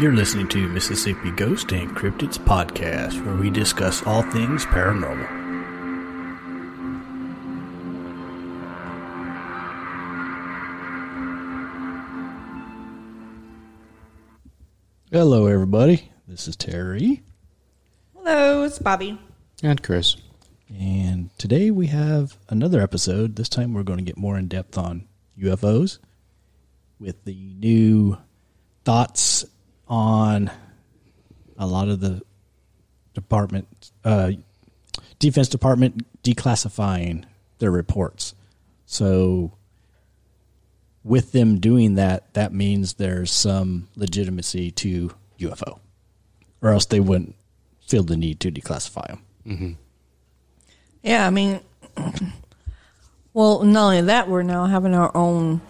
You're listening to Mississippi Ghost and Cryptids Podcast, where we discuss all things paranormal. Hello, everybody. This is Terry, Hello, it's Bobby. And Chris. and today we have another episode. This time we're going to get more in depth on UFOs with the new thoughts on a lot of the department uh, defense department declassifying their reports so with them doing that that means there's some legitimacy to ufo or else they wouldn't feel the need to declassify them Yeah, I mean, well, not only that, we're now having our own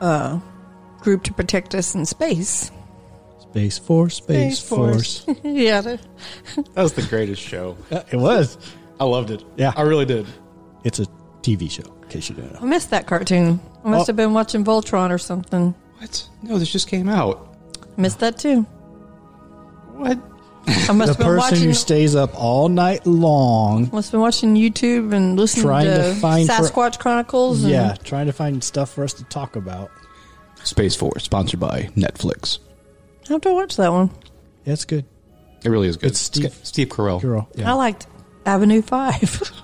uh, group to protect us in space. space force space, Space force, Uh, Force. yeah, the- That was the greatest show. it was I loved it. Yeah. I really did. it's a tv show in case you didn't know I missed that cartoon. I must Oh. have been watching Voltron or something. What? No, this just came out. Missed that too. What? I the must have been person watching. who stays up all night long must have been watching YouTube and listening Trying to to, find for- Sasquatch Chronicles. And, Yeah, trying to find stuff for us to talk about. Space Force, sponsored by Netflix. I have to watch that one. Yeah, it's good. It really is good. It's Steve- got Steve Carell. Girl. I Yeah. liked Avenue Five.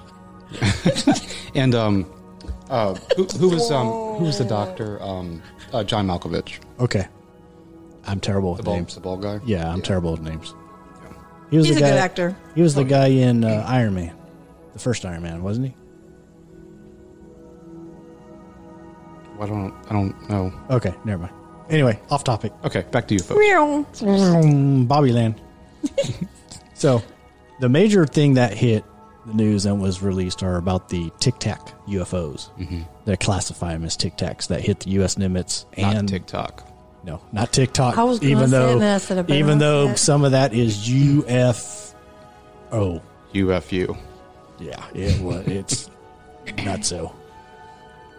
And um, uh, who, who was um, who was the doctor? Um, uh, John Malkovich, Okay. I'm terrible the with bald, names. the bald guy. Yeah, I'm terrible with names. He was He's the a guy, good actor. He was the guy in uh, Iron Man, the first Iron Man, wasn't he? Well, I don't. I don't know. Okay, never mind. Anyway, off topic. Okay, back to you, folks. Meow. Bobby Land. so, the major thing that hit the news and was released are about the Tic Tac UFOs. Mm-hmm. They classify them as Tic Tacs that hit the U.S. limits Not and TikTok. No, not TikTok. I was gonna even say though that, I said I better even not though say it. some of that is UFO. UFU. Yeah, it was. It's not so.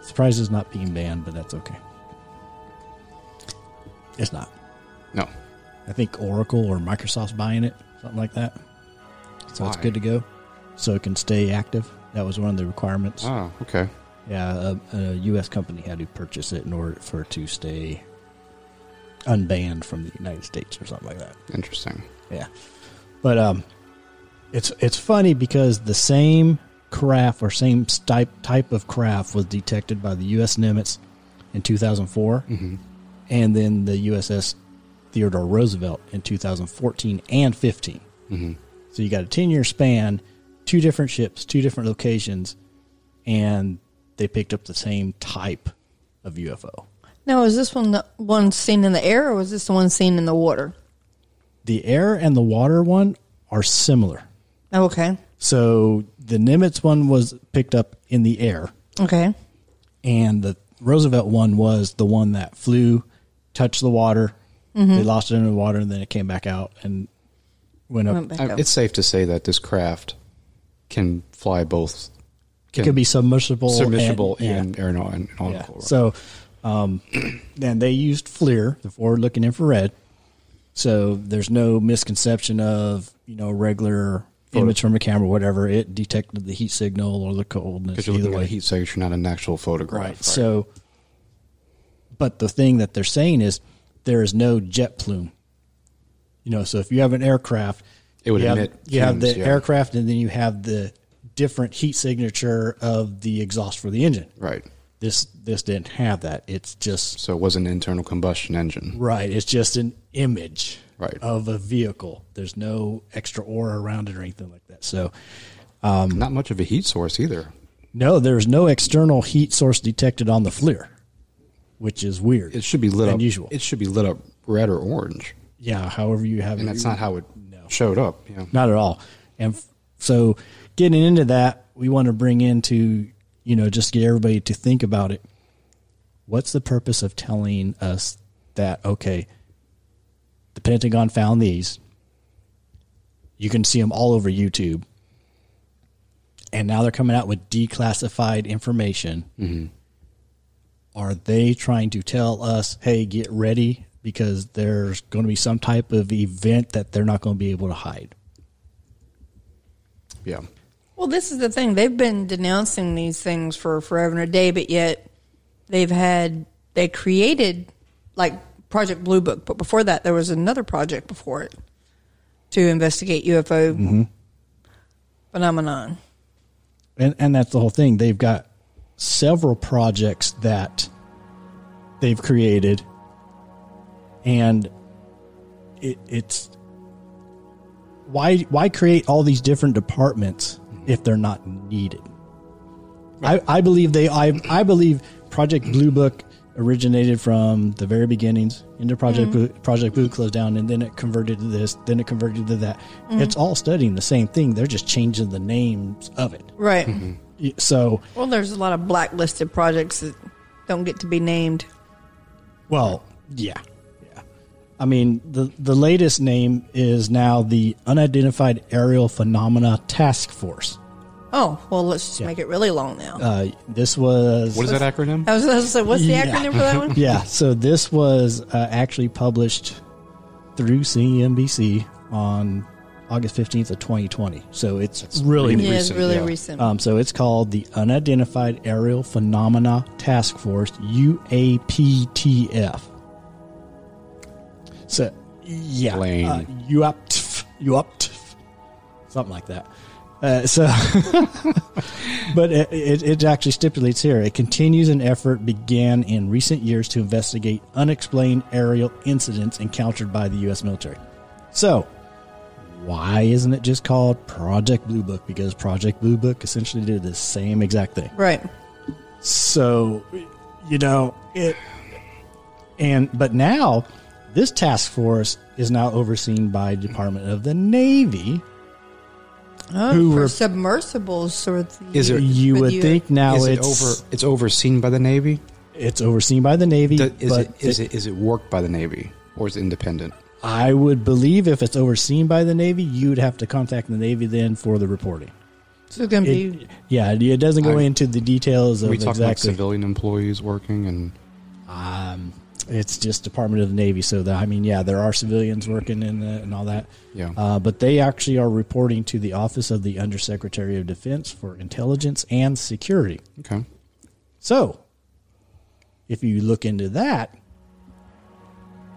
Surprise is not being banned, but that's okay. It's not. No. I think Oracle or Microsoft's buying it, something like that. So it's Why? good to go, so it can stay active. That was one of the requirements. Oh, okay. Yeah, a, a U.S. company had to purchase it in order for it to stay unbanned from the United States or something like that. Interesting. Yeah. But um it's it's funny because the same craft or same type type of craft was detected by the US Nimitz in 2004 Mm-hmm. and then the USS Theodore Roosevelt in 2014 and 15. So you got a 10-year span, two different ships, two different locations and they picked up the same type of UFO. Now, is this one the one seen in the air, or was this the one seen in the water? The air and the water one are similar. Oh, Okay. So the Nimitz one was picked up in the air, Okay. and the Roosevelt one was the one that flew, touched the water, they lost it in the water, and then it came back out and went up. Went back I- up. it's safe to say that this craft can fly both. It could be submersible, and- submersible yeah. and, aeronautical. and Yeah. nautical. So, um, then they used FLIR, the forward-looking infrared. So there's no misconception of you know regular image from a camera, whatever. It detected the heat signal or the coldness. Because you're either looking at way. a heat signature, not an actual photograph. Right. So, but the thing that they're saying is there is no jet plume. You know, so if you have an aircraft, It would you have, emit You have the fumes, yeah. aircraft, and then you have the different heat signature of the exhaust for the engine. right. This this didn't have that. It's just So it was an internal combustion engine. right. It's just an image Right. of a vehicle. There's no extra aura around it or anything like that. So Not much of a heat source either. no, there's no external heat source detected on the FLIR, which is weird. It should be lit Unusual. up. It should be lit up red or orange, yeah, however you have and it. that's not how it showed up. You know? Not at all. And f- so getting into that, we want to bring into, you know, just get everybody to think about it. What's the purpose of telling us that, okay, the Pentagon found these? You can see them all over YouTube. And now they're coming out with declassified information. Are they trying to tell us, hey, get ready? because there's going to be some type of event that they're not going to be able to hide. Yeah. Well, this is the thing. They've been denouncing these things for forever and a day, but yet they've had, they created like Project Blue Book. But before that, there was another project before it to investigate UFO phenomenon. and and that's the whole thing. They've got several projects that they've created, and it, it's why why create all these different departments if they're not needed? I, I believe they I I believe Project Blue Book originated from the very beginnings into Project Blue, Project Blue closed down and then it converted to this then it converted to that. It's all studying the same thing. They're just changing the names of it. Right. So, Well, there's a lot of blacklisted projects that don't get to be named. well, yeah, yeah. I mean, the the latest name is now the Unidentified Aerial Phenomena Task Force. Oh, well, let's just make it really long now. Uh, this was What is that acronym? Oh, I was, I was like, what's the Yeah. acronym for that one? yeah. So this was uh, actually published through CNBC on August fifteenth of twenty twenty. So it's really pretty new. Yeah, it's Recent, really yeah. recent. Um, so it's called the Unidentified Aerial Phenomena Task Force (UAPTF). So, yeah, Lame. uh, UAPTF, UAPTF, something like that. Uh, so, but it, it, it actually stipulates here it continues an effort began in recent years to investigate unexplained aerial incidents encountered by the U.S. military. So, why isn't it just called Project Blue Book? Because Project Blue Book essentially did the same exact thing. right. So, you know, it and but now this task force is now overseen by Department of the Navy. Oh, Who for were- submersibles or the, Is it- You But would you- think now is it it's over? It's overseen by the Navy. it's overseen by the Navy. Do- Is but it is it is it worked by the Navy or is it independent? I would believe if it's overseen by the Navy, you'd have to contact the Navy then for the reporting. so it's going to be It, yeah, it doesn't go I- into the details of we talk about exactly. civilian employees working and Um, it's just Department of the Navy. So that I mean, yeah, there are civilians working in the, and all that. Yeah. Uh, but they actually are reporting to the Office of the Undersecretary of Defense for Intelligence and Security. okay. So, if you look into that,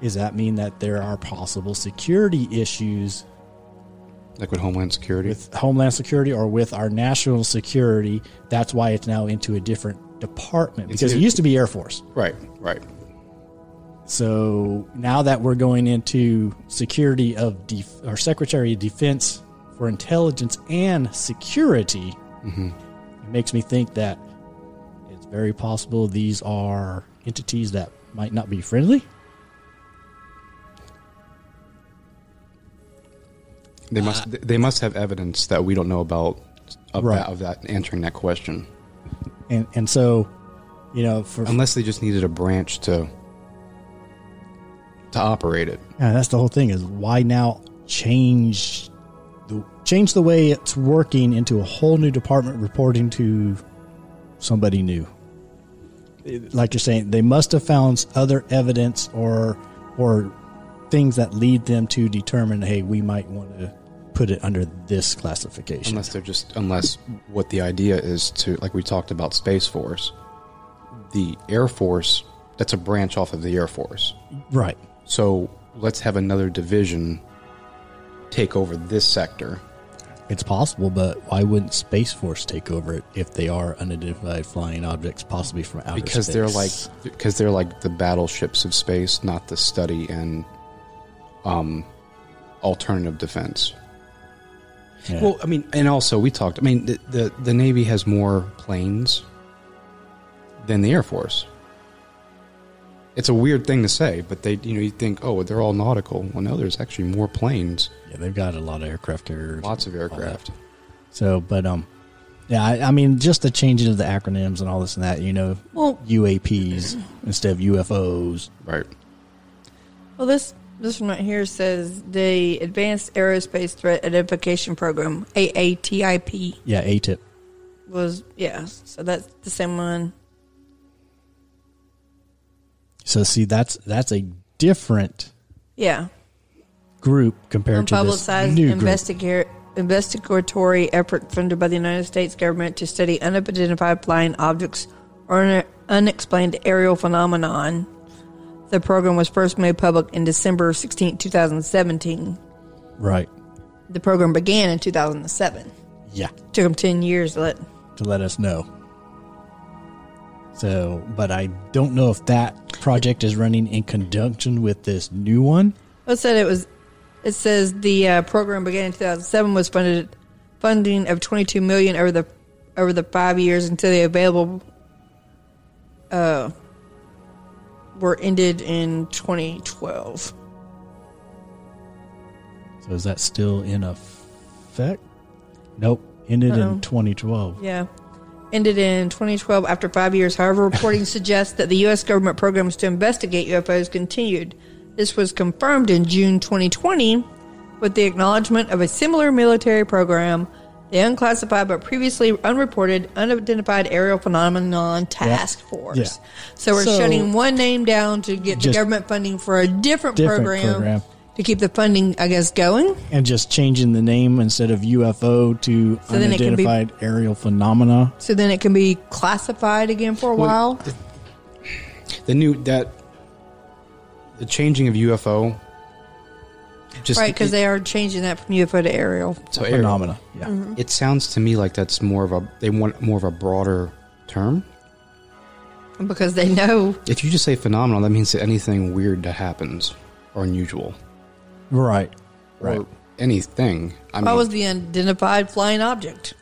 does that mean that there are possible security issues Like with Homeland Security. with Homeland Security or with our national security? That's why it's now into a different department It's because it a- used to be Air Force. right, right. So now that we're going into security of def- or Secretary of Defense for intelligence and security, it makes me think that it's very possible these are entities that might not be friendly. They must they must have evidence that we don't know about of, Right. that, of that answering that question. And and so, you know, for Unless they just needed a branch to to operate it. Yeah, that's the whole thing is why now change the change the way it's working into a whole new department reporting to somebody new. It- Like you're saying, they must have found other evidence or or things that lead them to determine, hey, we might want to put it under this classification. Unless they're just unless what the idea is to like we talked about Space Force. The Air Force that's a branch off of the Air Force. right. So let's have another division take over this sector. It's possible, but why wouldn't Space Force take over it if they are unidentified flying objects, possibly from outer because space? they're like because they're like the battleships of space, not the study and um, alternative defense. Yeah. Well, I mean, and also we talked. I mean, the, the the Navy has more planes than the Air Force. It's a weird thing to say, but they you know you think oh they're all nautical. Well, no, there's actually more planes, Yeah, they've got a lot of aircraft carriers. lots of all that. aircraft. So, but um, yeah, I, I mean, just the changing of the acronyms and all this and that. You know, Well- UAPs instead of UFOs. Right. Well, this this one right here says the Advanced Aerospace Threat Identification Program (AATIP) Yeah, ATIP. was yeah. So that's the same one. So see, that's that's a different Yeah. group compared to this Unpublicized new group. investiga- investigatory effort funded by the United States government to study unidentified flying objects or un- unexplained aerial phenomenon. The program was first made public in December 16, 2017. Right. The program began in 2007. Yeah. Took them 10 years to let. To let us know. So, but I don't know if that project is running in conjunction with this new one. It said it was. It says the uh, program began in 2007 was funded funding of 22 million over the over the five years until the available uh, were ended in 2012. So is that still in effect? Nope. Ended in 2012. Yeah. Ended in 2012 after five years. However, reporting suggests that the U.S. government programs to investigate UFOs continued. This was confirmed in June 2020 with the acknowledgement of a similar military program, the Unclassified but Previously Unreported Unidentified Aerial Phenomenon Task Force. Yeah. So we're So- shutting one name down to get the Just- government funding for a different, Different program, program. to keep the funding, I guess, going. And just changing the name instead of UFO to So then it can be- unidentified aerial phenomena. So then it can be classified again for a while. The new that the changing of UFO. Just Right, because they are changing that from UFO to aerial. so aerial. Phenomena. Yeah. Mm-hmm. It sounds to me like that's more of a they want more of a broader term. Because they know If you just say phenomenal, that means anything weird that happens or unusual Right. Right. or anything. I mean, what was the unidentified flying object.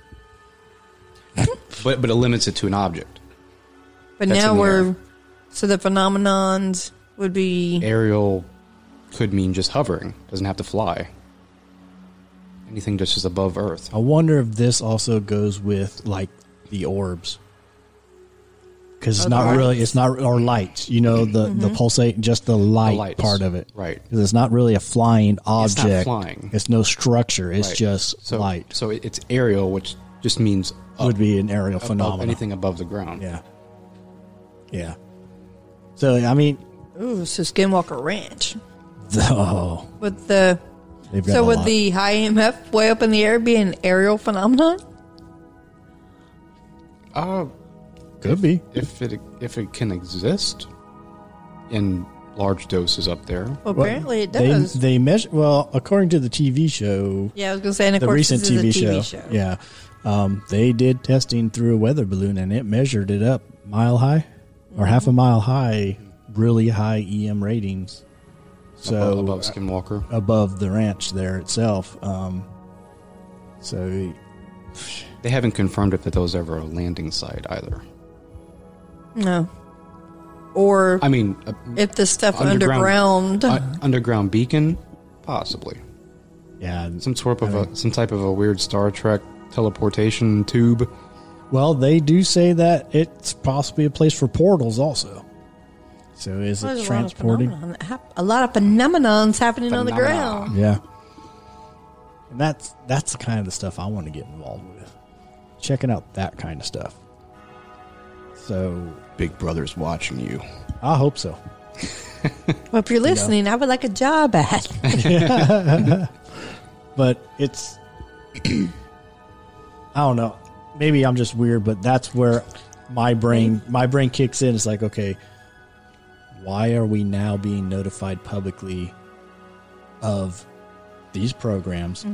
but but it limits it to an object. But That's now in the we're. air. So the phenomenons would be. Aerial could mean just hovering; doesn't have to fly. Anything that's just above Earth. I wonder if this also goes with like the orbs. Because it's Or not Oh, the really, lights. Mm-hmm. it's not, or lights, you know, the, the pulsate, just the light lights, part of it. right. 'Cause it's not really a flying It's not object. flying. It's no structure. It's Right. just so, light. So it- it's aerial, which just means up, would be an aerial above- phenomenon. Anything above the ground. Yeah. Yeah. So, I mean, Ooh, so Skinwalker Ranch. oh, With the. they've got So a would lot. the high EMF way up in the air be an aerial phenomenon? Uh, Could be. if it if it can exist in large doses up there. Well, Well, apparently it they- does. They, measure, well, according to the TV show, yeah, I was going to say, and of the course, recent this is a TV, show, yeah, um, they did testing through a weather balloon and it measured it up mile high or half Mm-hmm. a mile high, really high EM ratings. So above, above Skinwalker. above the ranch there itself. Um, so They haven't confirmed if that was ever a landing site either. No. Or I mean, a, if the stuff underground. underground u- underground beacon, possibly yeah, some sort of a some type of a weird Star Trek teleportation tube. well, they do say that it's possibly a place for portals also. So is There's it a lot of transporting? phenomenon that hap- A lot of phenomenons happening on the Phenomena. ground. Yeah. And that's that's the kind of the stuff I want to get involved with. Checking out that kind of stuff. So Big Brother's watching you. I hope so. Well, if you're listening, I would like a job at. But it's I don't know. Maybe I'm just weird, but that's where my brain my brain kicks in. It's like, okay, why are we now being notified publicly of these programs,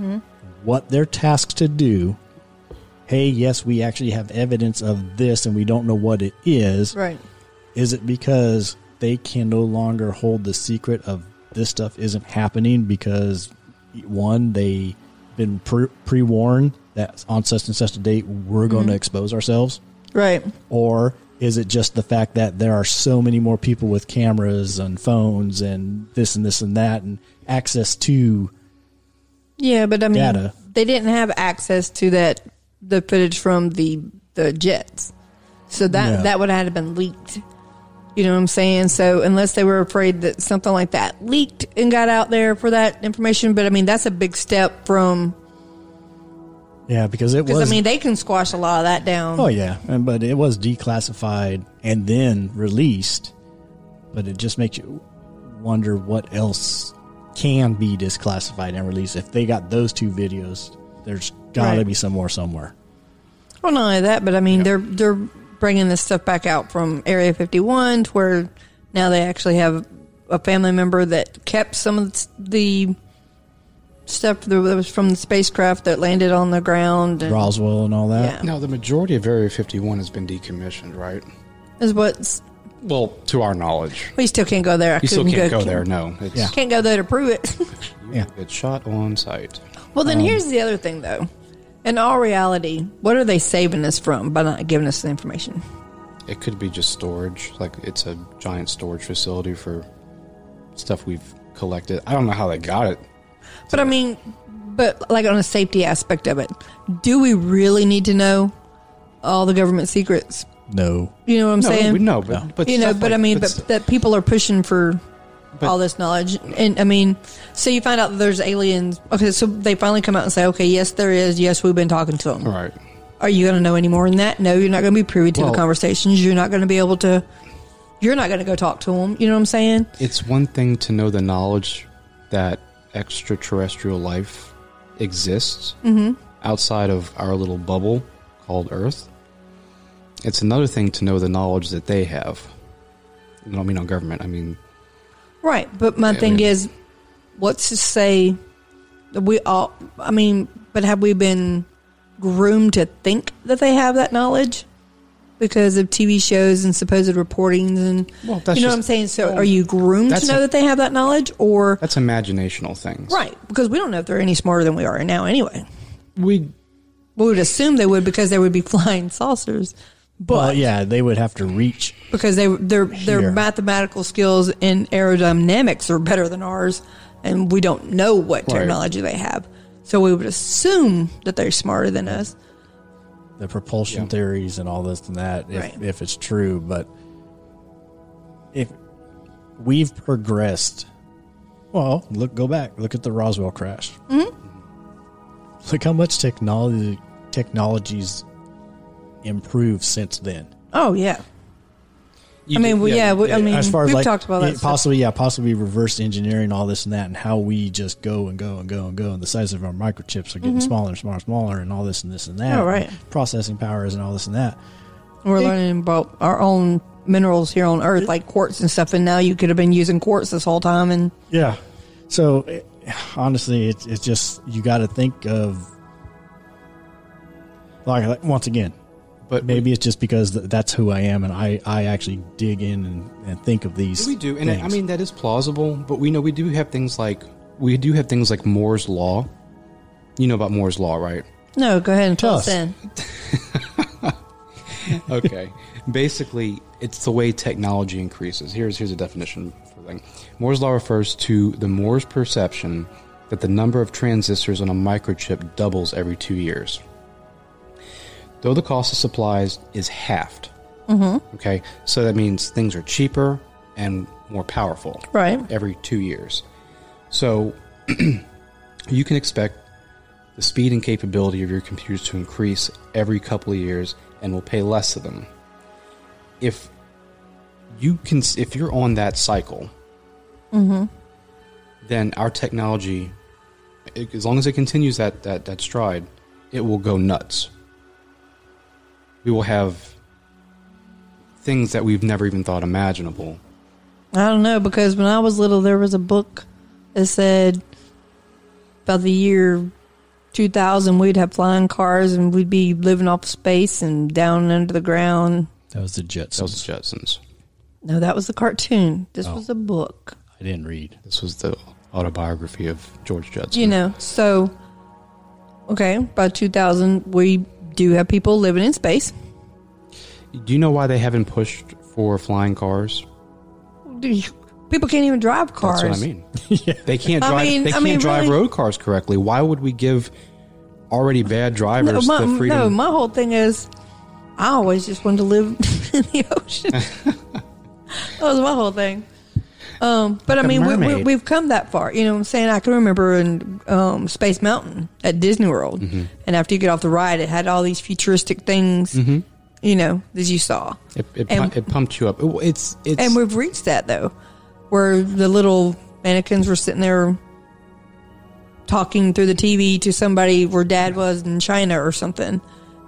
what they're tasked to do? Hey, yes, we actually have evidence of this and we don't know what it is. right. Is it because they can no longer hold the secret of this stuff isn't happening because one they been pre warned that on such and such a date we're going Mm-hmm. to expose ourselves, Right. or is it just the fact that there are so many more people with cameras and phones and this and this and that and access to Yeah, but I mean, Data. they didn't have access to that the footage from the the jets, so that Yeah. that would have been leaked. You know what I'm saying? So unless they were afraid that something like that leaked and got out there for that information, but I mean that's a big step from yeah because it because was I mean they can squash a lot of that down. Oh yeah, and, but it was declassified and then released. But it just makes you. wonder what else can be disclassified and released. If they got those two videos, there's got to Right. be some more somewhere. Well, not only that, but I mean, they're they're bringing this stuff back out from Area 51 to where now they actually have a family member that kept some of the stuff that was from the spacecraft that landed on the ground. And Roswell and all that. Yeah. Now, the majority of Area 51 has been decommissioned, right? is what's Well, to our knowledge. we still can't go there. I You still couldn't can't go there, no. It's, Yeah. Can't go there to prove it. Yeah. It's shot on site. well, Um, then here's the other thing, though. In all reality, what are they saving us from by not giving us the information? It could be just storage. Like, it's a giant storage facility for stuff we've collected. I don't know how they got it. But I mean, but like on a safety aspect of it, do we really need to know all the government secrets? No. You know what I'm no, saying? we, no, but, but you know, stuff but like- I mean, but, s- that people are pushing for But- all this knowledge, and I mean, so you find out that there's aliens. Okay, so they finally come out and say, okay, yes, there is. Yes, we've been talking to them. right. Are you going to know any more than that? No, you're not going to be privy to Well- the conversations. You're not going to be able to. You're not going to go talk to them. You know what I'm saying? It's one thing to know the knowledge that extraterrestrial life exists Mm-hmm. outside of our little bubble called Earth. It's another thing to know the knowledge that they have. I don't mean on government. I mean, Right, but my Yeah, I thing mean- is, what's to say that we all? I mean, but have we been groomed to think that they have that knowledge because of TV shows and supposed reportings and Well, that's you know what just- I'm saying? So, are you groomed to that's know a- that they have that knowledge, or that's imaginational things. right? Because we don't know if they're any smarter than we are now, anyway. We We would assume they would because they would be flying saucers, but Well, yeah, they would have to reach. because they their their Here. mathematical skills and aerodynamics are better than ours, and we don't know what Right. technology they have. So we would assume that they're smarter than us. the propulsion Yeah. theories and all this and that if, Right. if it's true but if we've progressed well look go back look at the roswell crash Mm-hmm. Mm-hmm. look how much technology technologies improved since then Oh yeah, you I mean, did- well, yeah, we- I yeah. mean- as far as we've like talked about that it- stuff. possibly yeah possibly reverse engineering all this and that and how we just go and go and go and go and the size of our microchips are getting smaller and smaller and smaller and all this and this and that Mm-hmm. Oh, right. processing powers and all this and that we're learning about our own minerals here on Earth, like quartz and stuff. And now you could have been using quartz this whole time, and Yeah. So it, honestly, it's it's just you got to think of like like, once again, but we- maybe it's just because th- that's who I am, and I I actually dig in and, and think of these. we do, and I things. mean that is plausible. But we know we do have things like we do have things like Moore's law. You know about Moore's law, right? no, go ahead and Tell tell us us. in. okay. Basically, it's the way technology increases. Here's here's a definition for thing. Moore's law refers to the Moore's perception that the number of transistors on a microchip doubles every two years. Though the cost of supplies is halved. Mm-hmm. Okay, so that means things are cheaper and more powerful Right. every two years. So you can expect the speed and capability of your computers to increase every couple of years and will pay less of them. If you can if you're on that cycle, then our technology i- as long as it continues that, that that stride, it will go nuts. We will have things that we've never even thought imaginable. I don't know because when I was little, there was a book that said about the year 2000, we'd have flying cars and we'd be living off space and down under the ground. that was the Jetsons. That was the Jetsons. No, that was the cartoon. This Oh. was a book, I didn't read. This was the autobiography of George Jetson. you know. So, okay, by 2000, we do have people living in space. Do you know why they haven't pushed for flying cars? People can't even drive cars. That's what I mean. They can't I drive. mean- they I can't mean, drive really- road cars correctly. Why would we give already bad No drivers my, the freedom? no, my whole thing is, I always just wanted to live in the ocean. that was my whole thing. Um, but Like I a mean, we, we, mermaid. we've come that far. You know what I'm saying? I can remember in um, Space Mountain at Disney World. Mm-hmm. And after you get off the ride, it had all these futuristic things, Mm-hmm. you know, that you saw. it, it, pu- and- it pumped you up. It- It's it's And we've reached that, though. where the little mannequins were sitting there talking through the TV to somebody where dad was in China or something,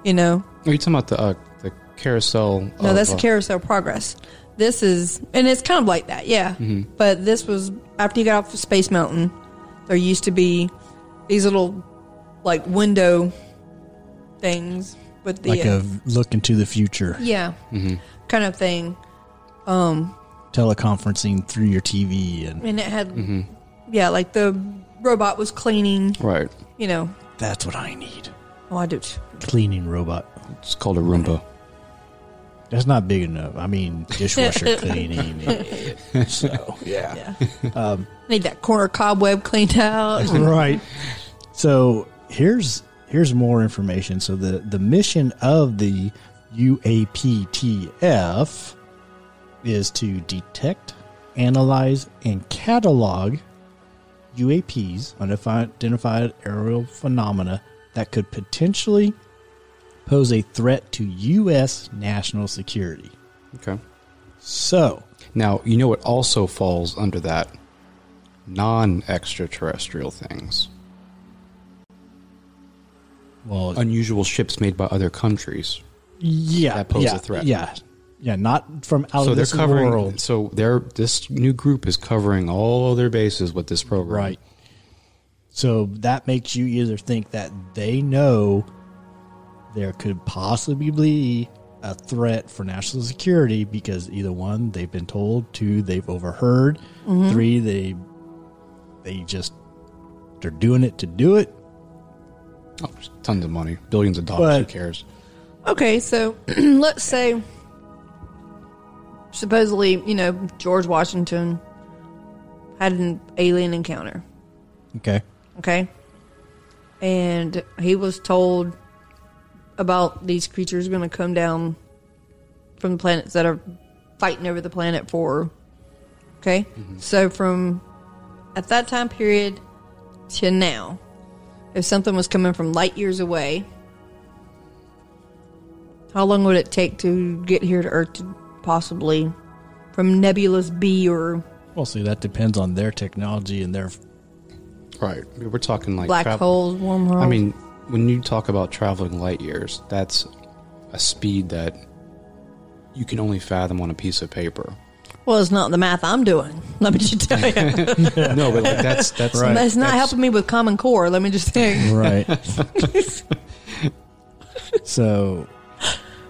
you know. Are you talking about the uh, the carousel? No, Oh, of, that's uh, the carousel progress. This is, and it's kind of like that, yeah. Mm-hmm. But this was after you got off of Space Mountain. There used to be these little like window things with the like uh, a Mm-hmm. look into the future, yeah kind of thing, teleconferencing through your TV, and and it had Mm-hmm. yeah, like the robot was cleaning, Right. you know. that's what I need. Oh, I do. Cleaning robot. It's called a Roomba. That's not big enough. I mean, dishwasher cleaning. so yeah. Yeah, need that corner cobweb cleaned out. right. So here's here's more information. So the the mission of the UAPTF is to detect, analyze, and catalog UAPs, unidentified identified aerial phenomena that could potentially pose a threat to U.S. national security. Okay. So Now you know what also falls under that non-extraterrestrial things. well, Unusual ships made by other countries. uh, yeah, that pose a yeah, threat. Yeah, yeah, not from out so of they're this covering. world. So they're this new group is covering all their bases with this program. Right. So that makes you either think that they know there could possibly be a threat for national security because either one they've been told, two they've overheard, three they they just they're doing it to do it. Oh, there's tons of money, billions of dollars. Who But- cares? Okay, so let's say supposedly, you know, George Washington had an alien encounter, Okay. okay? And he was told about these creatures going to come down from the planets that are fighting over the planet for okay? Mm-hmm. So from at that time period to now, if something was coming from light years away, how long would it take to get here to Earth to possibly from nebulous B or Well, see, that depends on their technology and their Right. I mean, We're talking like black travel- holes, wormholes? I mean, when you talk about traveling light years, that's a speed that you can only fathom on a piece of paper. well, it's not the math I'm doing. Let me just tell you, no, but like that's that's Right. it's not helping me with Common Core. Let me just say, right so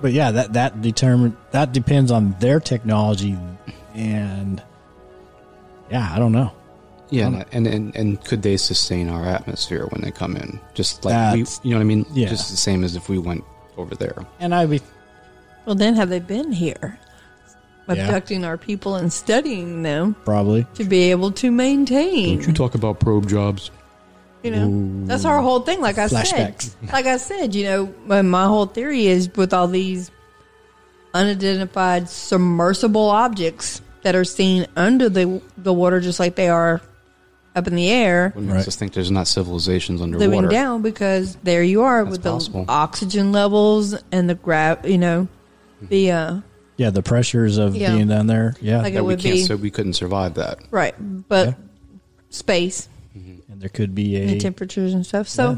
but yeah that that determine that depends on their technology and yeah i don't know Yeah, Mm-hmm. and, and and could they sustain our atmosphere when they come in? Just like That's- we, you know what I mean? yeah. Just the same as if we went over there. and i be well, then have they been here? Yeah. Abducting our people and studying them probably to be able to maintain. You talk about probe jobs. You know, that's our whole thing. Like I Flashbacks. said, like I said, you know, my, my whole theory is with all these unidentified submersible objects that are seen under the the water, just like they are up in the air, What makes Right. us think there's not civilizations underwater? living down because there you are with the possible. oxygen levels and the grav, you know, the Mm-hmm. uh, yeah the pressures of Yeah. being down there yeah Like That It we would can't. be- So we couldn't survive that. right, but Yeah. space and there could be and the a temperatures and stuff. So.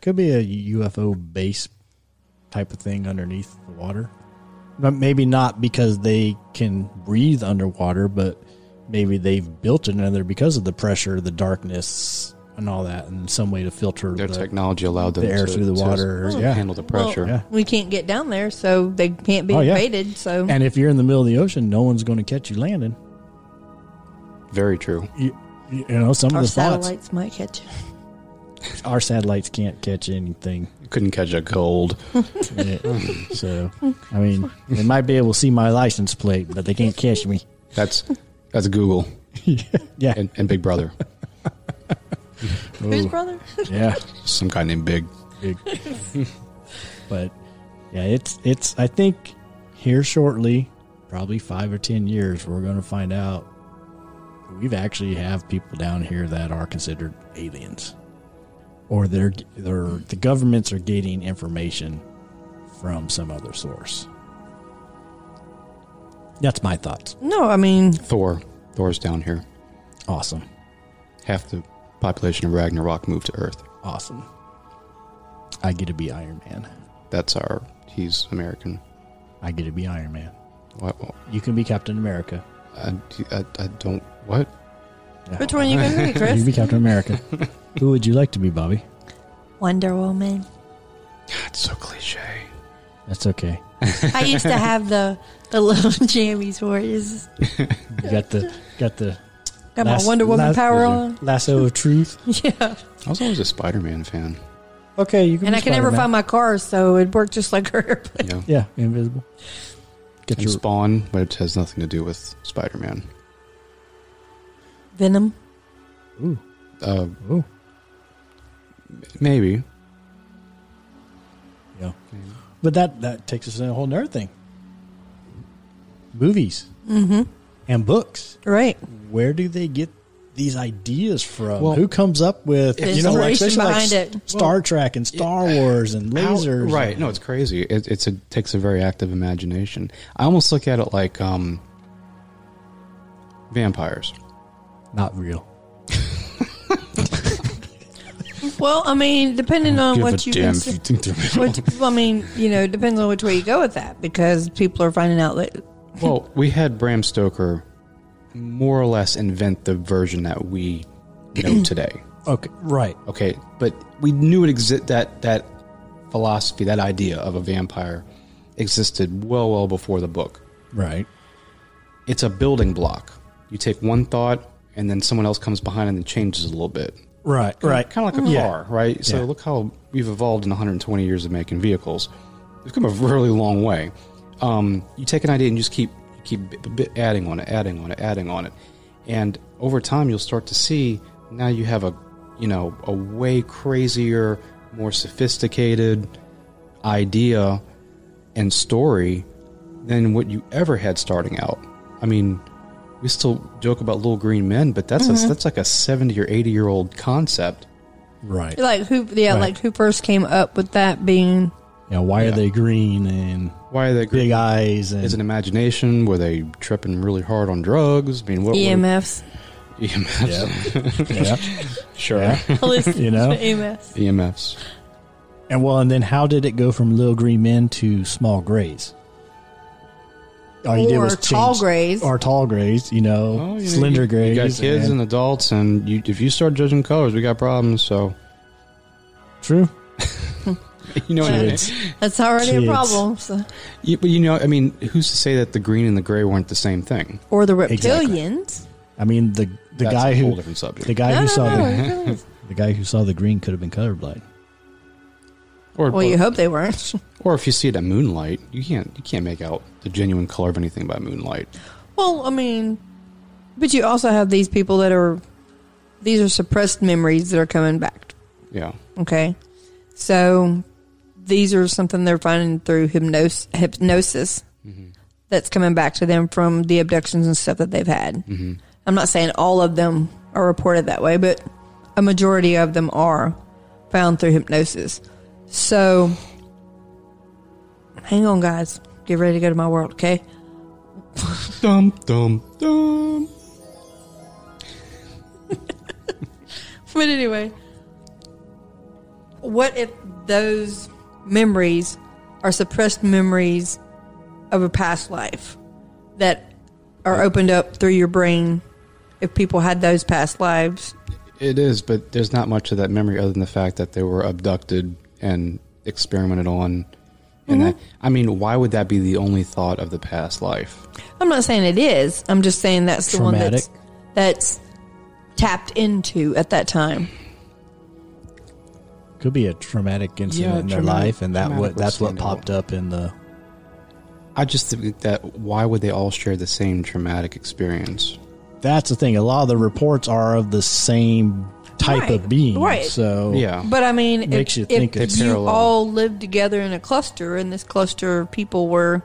could be a ufo base type of thing underneath the water but maybe not because they can breathe underwater but maybe they've built it under because of the pressure the darkness and all that and some way to filter Their the, technology allowed them the air to, through the to water. s- yeah. handle the pressure. Well, Yeah. we can't get down there, so they can't be Oh, yeah. invaded. So And if you're in the middle of the ocean, no one's going to catch you landing. Very true. You, you know, some our of the thoughts satellites might catch it. our satellites can't catch anything. Couldn't catch a cold. Yeah. so, I mean, they might be able to see my license plate, but they can't catch me. That's that's Google Yeah, and, and Big Brother. Whose brother? yeah, Some guy named Big. big. but yeah, it's it's. I think here shortly, probably five or ten years, we're going to find out. We've actually have people down here that are considered aliens, or they're they're the governments are getting information from some other source. That's my thoughts. no, I mean Thor. Thor's down here. Awesome. Half the population of Ragnarok moved to Earth. Awesome. I get to be Iron Man. That's our. He's American. I get to be Iron Man. What? Well, You can be Captain America. I, I, I don't. What? Which one you going to be, You can Chris? be Captain America. Who would you like to be, Bobby? Wonder Woman. That's so cliche. That's okay. I used to have the the little jammies for it. It's- You got the got the Got my las- Wonder Woman las- power on. lasso of truth. Yeah. I was always a Spider-Man fan. Okay, you can. And be I could never Spider-Man. find my car, so it worked just like her. You know, Yeah, invisible. Get and your Spawn, but it has nothing to do with Spider-Man. Venom. ooh, Uh, ooh. maybe. Yeah. But that that takes us in a whole nerd thing. Movies Mm-hmm. and books. Right. Where do they get these ideas from? Well- Who comes up with There's you know like, inspiration especially like behind S- it. Star Trek and Star Wars and How- lasers? right. No, it's crazy. It it's a, takes a very active imagination. I almost look at it like um, vampires. not real. Well, I mean, depending on what you, if consider, think they're real. what, well, I mean, you know, it depends on which way you go with that because people are finding out that well, we had Bram Stoker more or less invent the version that we know today. Okay, right. Okay, but we knew it exi- that that philosophy, that idea of a vampire existed well well before the book. Right. It's a building block. You take one thought and then someone else comes behind and then changes it a little bit. Right. Right. Kind of like a Yeah. car, right? So Yeah. look how we've evolved in 120 years of making vehicles. We've come a really long way. Um, you take an idea and you just keep you keep b- b- adding on it, adding on it, adding on it, and over time you'll start to see now you have a you know a way crazier, more sophisticated idea and story than what you ever had starting out. I mean, we still joke about little green men, but that's Mm-hmm. a, that's like a 70 or 80 year old concept. Right. like who, yeah, Right. like who first came up with that being Yeah. Why are they green and Why are they big eyes and Is it imagination? Were they tripping really hard on drugs? I mean, what E E EMFs. were EMFs? yeah, Sure. you know. E EMFs. E EMFs. And well, and then how did it go from little green men to small grays? All Or tall grays. or tall grays, Oh, you know, Well, Oh, you know, slender you, grays. You got kids and, adults, and you, if you start judging colors, we got problems. So true. you know, what I mean? Kids. That's already Kids. a problem. So. Yeah, but you know, I mean, who's to say that the green and the gray weren't the same thing? Or the reptilians. Exactly. I mean the the That's guy a whole who different subject, the guy No, who no, saw no. the, it is. the guy who saw the green could have been colorblind. or, Well, you hope they weren't. or if you see it at moonlight, you can't you can't make out the genuine color of anything by moonlight. Well, I mean, but you also have these people that are these are suppressed memories that are coming back. Yeah, Okay, so these are something they're finding through hypnosis, hypnosis that's coming back to them from the abductions and stuff that they've had. I'm not saying all of them are reported that way, but a majority of them are found through hypnosis. So, hang on, guys. Get ready to go to my world, okay? dum dum dum. But anyway, what if those memories are suppressed memories of a past life that are opened up through your brain if people had those past lives? It is, but there's not much of that memory other than the fact that they were abducted and experimented on. And Mm-hmm. that, I mean, why would that be the only thought of the past life? I'm not saying it is. I'm just saying that's the one that's that's tapped into at that time. Could be a traumatic incident Yeah, in their traumatic- life, and that traumatic what was that's what standing popped up in the I just think that why would they all share the same traumatic experience? that's the thing. A lot of the reports are of the same type Right, of being. right. So Yeah. But I mean, Makes you if, think if it's you parallel. all lived together in a cluster, and this cluster of people were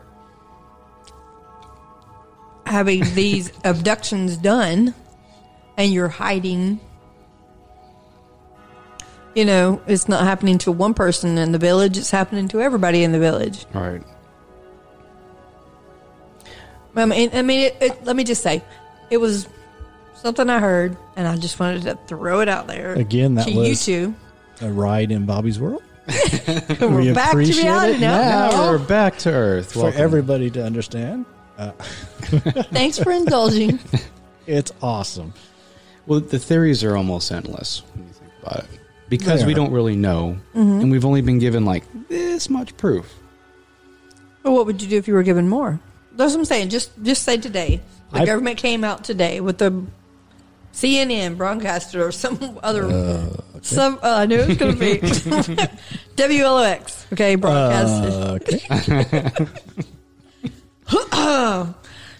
having these abductions done, and you're hiding, you know, it's not happening to one person in the village; it's happening to everybody in the village. All right. I mean, I mean, it, it, let me just say, it was Something I heard, and I just wanted to throw it out there. Again, that to was- you A ride in Bobby's world two. We're We back to appreciate reality it. now. Now we're back to Earth. for Welcome. everybody to understand. Thanks for indulging. It's awesome. Well, the theories are almost endless when you think about it, because They we are. Mm-hmm. don't really know, and we've only been given like this much proof. Well, what would you do if you were given more? That's what I'm saying. Just just say today. The I- government came out today with the CNN broadcaster or some other some. Uh, I knew it was going to be WLOX. Okay, broadcasted. Okay.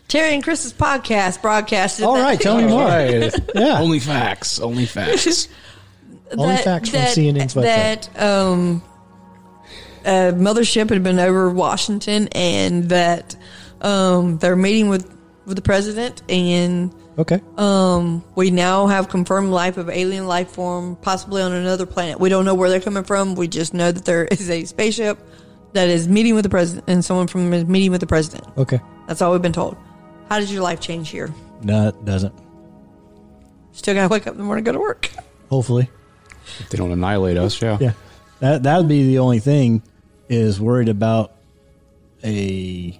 Terry and Chris's podcast broadcasted. All that- right, tell me more. Right. Oh, Yeah. Only facts. Only facts. Only facts from CNN's website. That um, a mothership had been over Washington, and that um, they're meeting with with the president, and Okay. um, we now have confirmed life of alien life form, possibly on another planet. We don't know where they're coming from. We just know that there is a spaceship that is meeting with the president, and someone from is meeting with the president. Okay. That's all we've been told. How did your life change here? No, it doesn't. Still gotta wake up in the morning, and go to work. Hopefully. If they don't annihilate us. Yeah. Yeah. That that would be the only thing is worried about a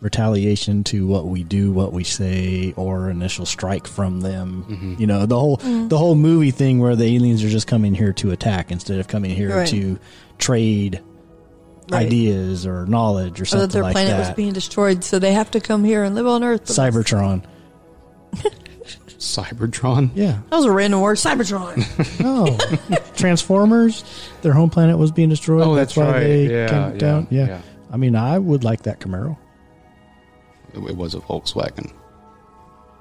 retaliation to what we do, what we say, or initial strike from them. Mm-hmm. You know, the whole Mm. the whole movie thing where the aliens are just coming here to attack instead of coming here Right. to trade Right. ideas or knowledge or So that something their like planet that. was being destroyed, so they have to come here and live on Earth. with us. Cybertron. Cybertron. Yeah. That was a random word, Cybertron. No. Oh. Transformers, their home planet was being destroyed. Oh, that's why right. they Yeah, came yeah, down. Yeah. yeah. I mean, I would like that Camaro, It, it was a Volkswagen.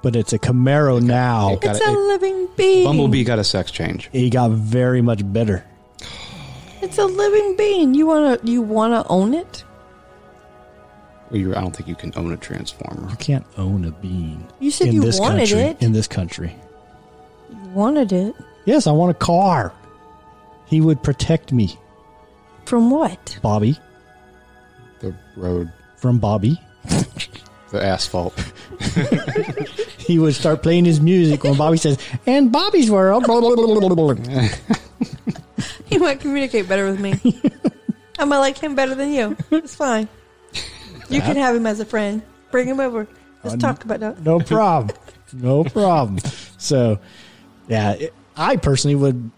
but it's a Camaro now. Got it's it. a living being. Bumblebee got a sex change. It got very much better. It's a living being. You wanna you wanna own it? Well, you- I don't think you can own a transformer. You can't own a being. You said in you this wanted country, it. In this country. You wanted it. Yes, I want a car. He would protect me, From what? Bobby, The road, from Bobby. the asphalt. He would start playing his music when Bobby says, and Bobby's world. blah, blah, blah, blah, blah, blah." He might communicate better with me. I might like him better than you. It's fine. You can have him as a friend. Bring him over. Let's talk about that. no problem. No problem. So, yeah, it, I personally would.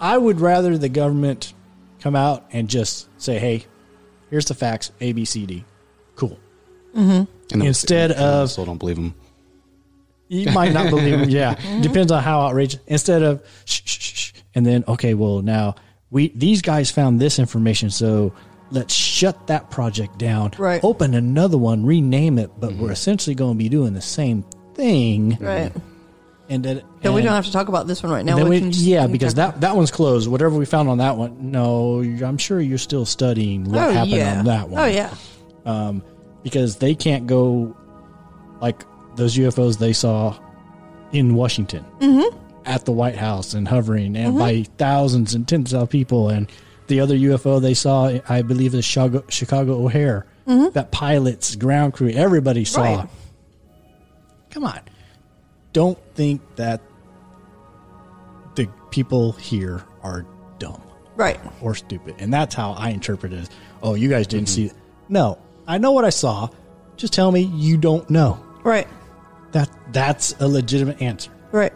I would rather the government come out and just say, "Hey, here's the facts: A, B, C, D. Cool. And then- Instead and I of- still don't believe him. You might not believe it. Yeah, Mm-hmm. depends on how outrageous. Instead of shh, shh, shh, shh, and then okay, well now we these guys found this information, so let's shut that project down. Right. Open another one, rename it, but we're essentially going to be doing the same thing. Right. And then Then we and- don't have to talk about this one right now. Then we- can just- yeah, because that, that one's closed. Whatever we found on that one, no, you- I'm sure you're still studying what oh, happened yeah. on that one. Oh yeah. Because they can't go like those UFOs they saw in Washington at the White House and hovering and by thousands and tens of people. And the other UFO they saw, I believe, is Chicago, Chicago O'Hare. That pilots, ground crew, everybody saw. Right. Come on. Don't think that the people here are dumb Right. or stupid. And that's how I interpret it. Is, oh, you guys didn't see. No, I know what I saw. Just tell me you don't know. Right. That that's a legitimate answer. Right.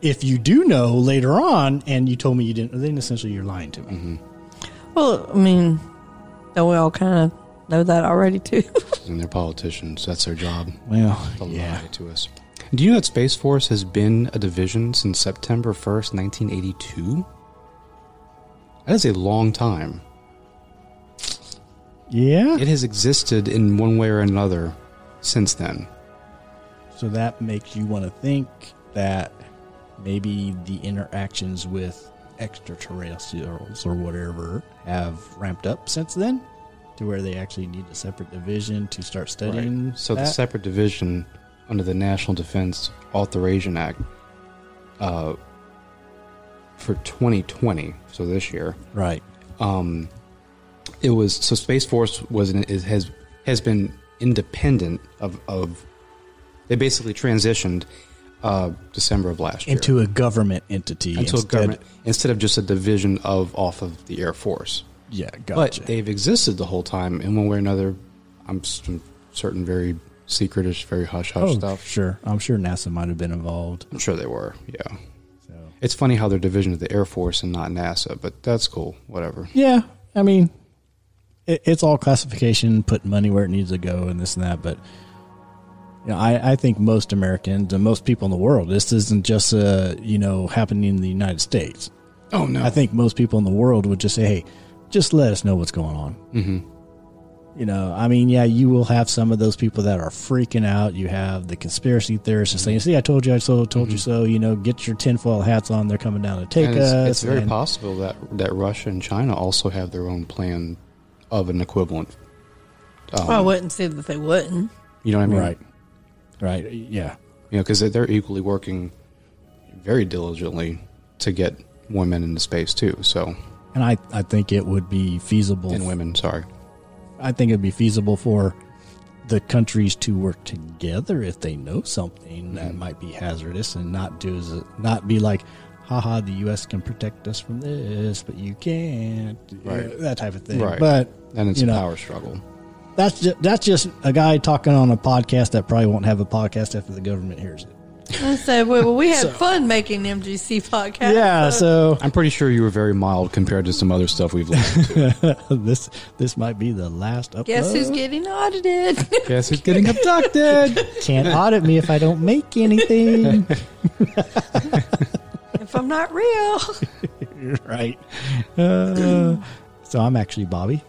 If you do know later on and you told me you didn't, then essentially you're lying to me. Mm-hmm. Well, I mean, don't we all kind of know that already too? And they're politicians. That's their job. Well, To yeah. lie to us. Do you know that Space Force has been a division since September 1st, 1982? That is a long time. Yeah. It has existed in one way or another since then. so that makes you want to think that maybe the interactions with extraterrestrials or whatever have ramped up since then to where they actually need a separate division to start studying. So the that? separate division under the National Defense Authorization Act uh, for 2020, so this year, right. um, it was so Space Force was an, is, has has been independent of of They basically transitioned uh, December of last year into a government entity into a instead- government instead of just a division of off of the Air Force. Yeah, gotcha. But they've existed the whole time in one way or another. I'm s- I'm certain very secretish, very hush hush oh, stuff. Hmm. sure. I'm sure NASA might have been involved. I'm sure they were. Yeah. So It's funny how they're division of the Air Force and not NASA, but that's cool. Whatever. yeah, I mean, it, it's all classification, putting money where it needs to go, and this and that. But you know, I, I think most Americans and most people in the world, this isn't just uh, you know happening in the United States. Oh no. I think most people in the world would just say, "Hey, just let us know what's going on." Mm-hmm. You know, I mean, yeah, you will have some of those people that are freaking out. You have the conspiracy theorists that saying, "See, I told you, I so told you so." You know, get your tinfoil hats on; they're coming down to take Mm-hmm. And it's, us. it's very and- possible that that Russia and China also have their own plan of an equivalent. Oh. Well, I wouldn't say that they wouldn't. You know what I mean? right, right, yeah, You know, because they're equally working very diligently to get women into space too. So and I, I think it would be feasible. and women, sorry. I think it'd be feasible for the countries to work together if they know something that might be hazardous and not do as not be like, haha, the U.S. can protect us from this, but you can't, you know, Right. that type of thing. Right. But And it's you a know, power struggle. That's just, that's just a guy talking on a podcast that probably won't have a podcast after the government hears it. I said, well, well, we had fun making MGC podcast. Yeah, so I'm pretty sure you were very mild compared to some other stuff we've listened to. this this might be the last upload. guess who's getting audited? Guess who's getting abducted? Can't audit me if I don't make anything. if I'm not real, right. Uh, so I'm actually Bobby.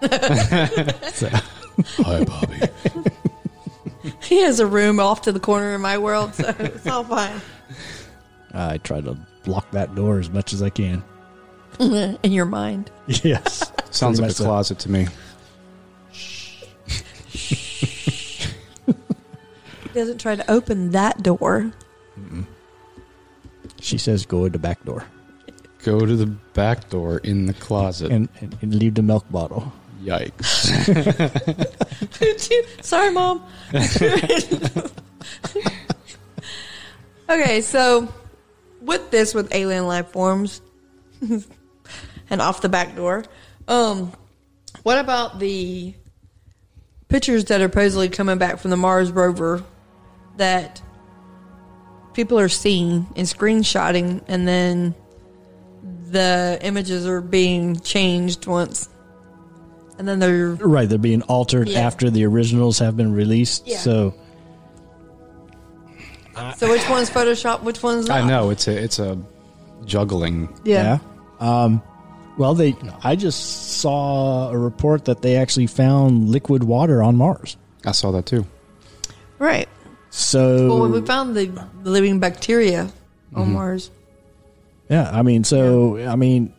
Hi, Bobby. he has a room off to the corner in my world, so it's all fine. I try to block that door as much as I can. In your mind, Yes. Pretty Sounds like much a so. closet to me. he doesn't try to open that door. She says go to the back door Go to the back door in the closet. and, and, and leave the milk bottle. Yikes. Sorry, mom. okay, so with this, with alien life forms and off the back door, um, what about the pictures that are supposedly coming back from the Mars rover that people are seeing and screenshotting, and then the images are being changed once, and then they're Right, they're being altered Yeah. after the originals have been released. Yeah. So So which one's Photoshop? Which one's not? I know it's a it's a juggling. yeah. Um, well, they. I just saw a report that they actually found liquid water on Mars. I saw that too. Right. So Well, we found the living bacteria on Mars. Yeah, I mean, so I mean,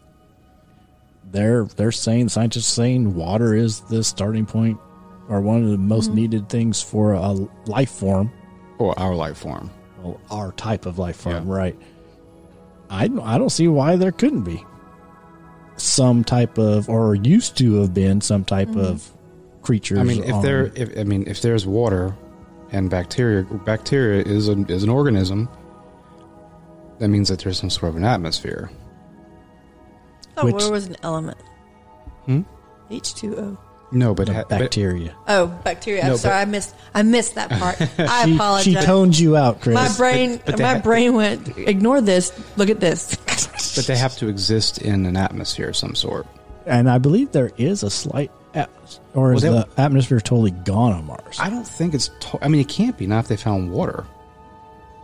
they're they're saying scientists are saying water is the starting point or one of the Mm-hmm. most needed things for a life form, Or our life form. well, our type of life form, Yeah. right? I don't- I don't see why there couldn't be some type of or used to have been some type of creatures. Mm-hmm. I mean, if on- there, if, I mean, if there's water and bacteria, bacteria is an is an organism. That means that there's some sort of an atmosphere. Oh, Which- where was an element? H two O. No, but, ha- but- bacteria, Oh, bacteria. I'm No, but- sorry, I missed. I missed that part. I She- apologize. she tones you out, Chris. my brain. But- but they my ha- brain went. Ignore this. Look at this. but they have to exist in an atmosphere of some sort. and I believe there is a slight. At- or is Well, the that- atmosphere totally gone on Mars? I don't think it's. To- I mean, it can't be not if they found water.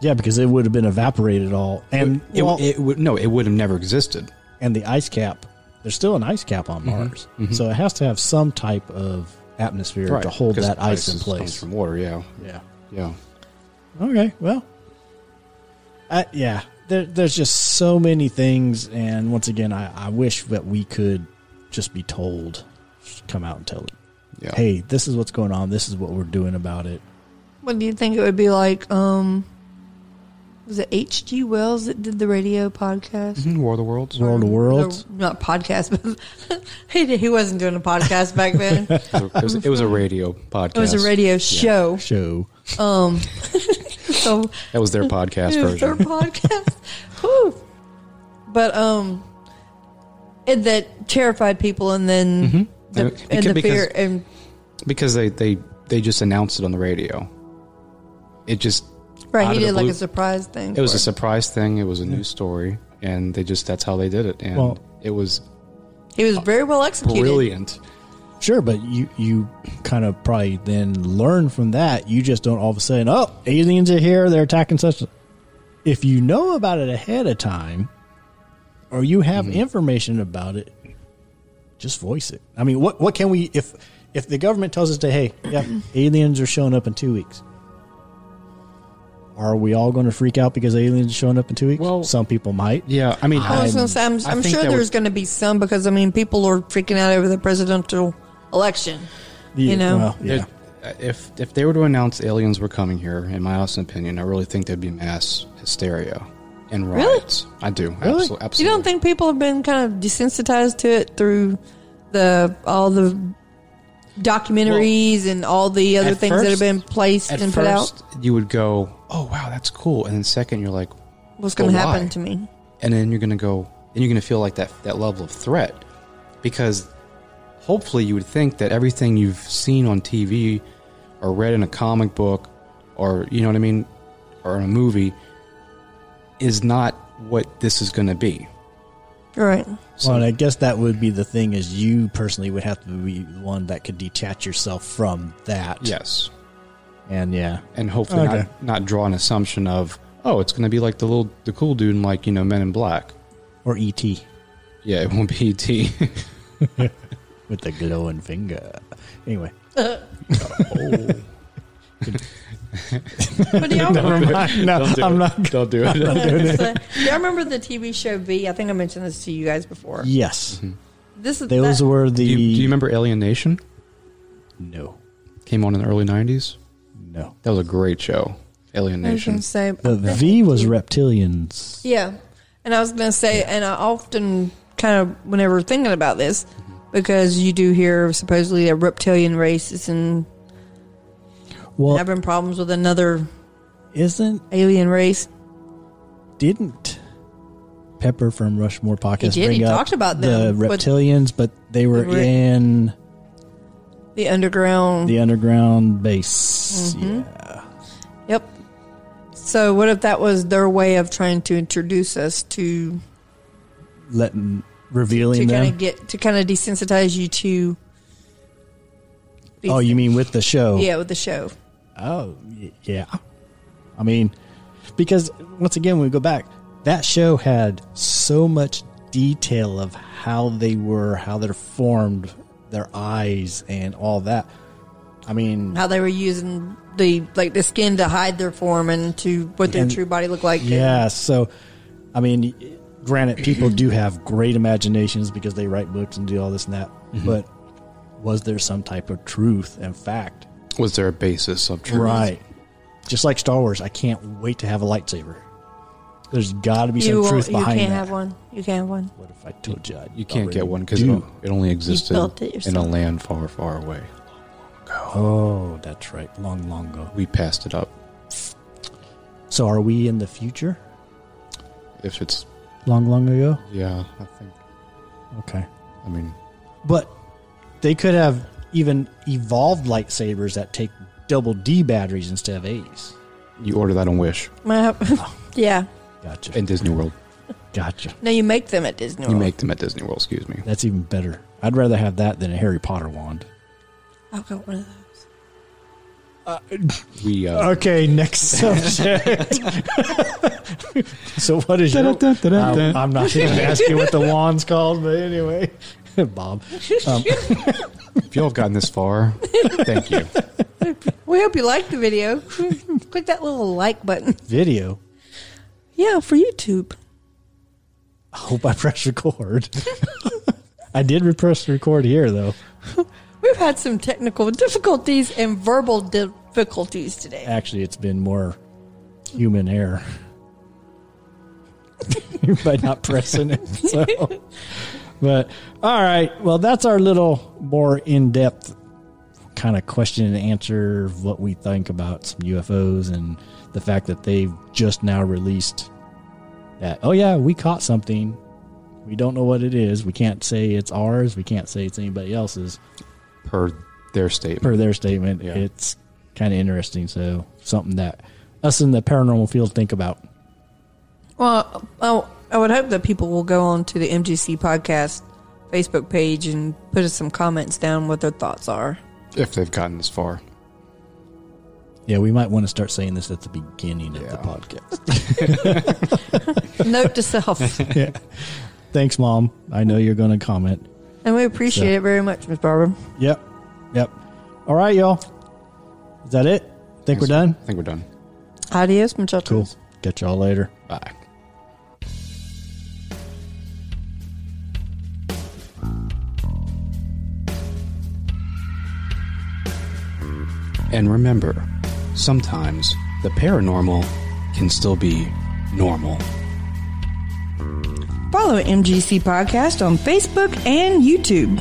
Yeah, because it would have been evaporated all, and It, well, it would no, it would have never existed. and the ice cap. There's still an ice cap Mm-hmm, on Mars, so it has to have some type of atmosphere to hold because that ice in is- comes place. from water. Yeah, Yeah. yeah. Okay. Well. I, yeah. There, there's just so many things, and once again, I, I wish that we could just be told, just come out and tell it. Yeah. Hey, this is what's going on. This is what we're doing about it. what do you think it would be like? Um, was it H G Wells that did the radio podcast? Mhm, War of the Worlds. World of Worlds. No, not podcast, but he, he wasn't doing a podcast back then. it, was, it was a radio podcast. It was a radio show. Show. Um, so That was their podcast Dude, Their version. podcast. Whew. But um, it that terrified people, and then the, Mm-hmm. And it and could- the fear, because- and because they they they just announced it on the radio. It just right, out he of the did like blue- a surprise thing. it was for a surprise thing. It was a news story, and they just that's how they did it, and Well- it was it. He was very well executed. brilliant. Sure, but you you kind of probably then learn from that. You just don't all of a sudden, oh, aliens are here, they're attacking such. If you know about it ahead of time, or you have Mm-hmm. information about it, just voice it. I mean, what what can we if if the government tells us to, hey, yeah, aliens are showing up in two weeks. Are we all going to freak out because aliens are showing up in two weeks? Well- some people might. Yeah, I mean, I was I'm- going to say, I'm, I I'm think sure that there's would- going to be some because I mean, people are freaking out over the presidential election. You know, well, yeah. there- if if they were to announce aliens were coming here, in my honest opinion, I really think there'd be mass hysteria and Really? riots. I do. Really? Absolutely, you absolutely. don't think people have been kind of desensitized to it through the all the documentaries and all the other at things that have first- been placed at and put out? first you would go, "Oh wow, that's cool," and then second you're like, what's going to But why? happen to me. and then you're gonna go and you're gonna feel like that that level of threat because hopefully you would think that everything you've seen on TV or read in a comic book or you know what I mean or in a movie is not what this is gonna be. Right. well, and I guess that would be the thing is you personally would have to be the one that could detach yourself from that. Yes. And yeah. And hopefully Okay. not, not draw an assumption of oh it's gonna be like the little the cool dude in like, you know, Men in Black. Or E ET Yeah, it won't be E E.T. with the glowing finger. Anyway. But do y'all remember, mind. No, Don't do I'm it. not Don't do it. the, do y'all remember the TV show V? I think I mentioned this to you guys before. Yes. This is Those Mm-hmm. that- were the do, you, do you remember Alien Nation? No. Came on in the early nineties. No. That was a great show. Alien I was Nation. gonna say The V was reptilians. yeah, and I was gonna say, and I often kind of whenever thinking about this because you do hear supposedly a reptilian race is in Well, having problems with another isn't alien race. didn't Pepper from Rushmore podcast He did. bring He up talked about the them, but- reptilians, but they were The re- in The underground. the underground base. Mm-hmm. Yeah. Yep. So what if that was their way of trying to introduce us to Letting revealing to them. kind of get to kind of desensitize you to. these- Oh, you mean with the show? yeah, with the show. Oh, y- yeah. I mean, because once again, we go back. That show had so much detail of how they were, how they're formed, their eyes, and all that. I mean, How they were using the like the skin to hide their form and to what their And- true body looked like. yeah. So, I mean, granted, people do have great imaginations because they write books and do all this and that. But was there some type of truth and fact? Was there a basis of truth? Right. Just like Star Wars, I can't wait to have a lightsaber. There's got to be you some won't- truth you behind can't that. have one. You can't have one. What if I told you? I You can't get already one because it, do? o- it only existed built it in a yourself. land far, far away. Oh, that's right. Long, long ago. We passed it up. So, are we in the future? If it's Long, long ago. yeah, I think. Okay, I mean, but they could have even evolved lightsabers that take double D batteries instead of A's. you order that on Wish My- yeah. Gotcha. in Disney World. gotcha. No, you make them at Disney Uh-huh. World. You make them at Disney World. Excuse me. That's even better. I'd rather have that than a Harry Potter wand. I'll got one of those. We uh, Okay, next subject. so, what is your? Da-da-da-da-da. I'm, I'm not going to ask you what the wand's called, but anyway, Bob. Um, if y'all have gotten this far, thank you. We hope you liked the video. Click that little like button. video. Yeah, for YouTube. I hope I press record. I did re- press record here though. We've had some technical difficulties and verbal difficulties today. Actually, it's been more human error by not pressing it. So, but all right, well, that's our little more in depth kind of question and answer what we think about some UFOs and the fact that they've just now released that, oh, yeah, we caught something. We don't know what it is. We can't say it's ours. We can't say it's anybody else's. per their statement. Per their statement, Yeah. it's kind of interesting. So, something that us in the paranormal field think about. Well, well, I would hope that people will go on to the MGC podcast Facebook page and put us some comments down what their thoughts are. if they've gotten this far. Yeah, we might want to start saying this at the beginning of the Yeah. podcast. Note to self. Thanks, Mom. I know you're going to comment. And we appreciate it very much, Miss Barbara. Yep. Yep. All right, y'all. Is that it? Think we're done? I think we're done. Adios, muchachos. Cool. Catch y'all later. Bye. And remember, sometimes the paranormal can still be normal. Follow MGC Podcast on Facebook and YouTube.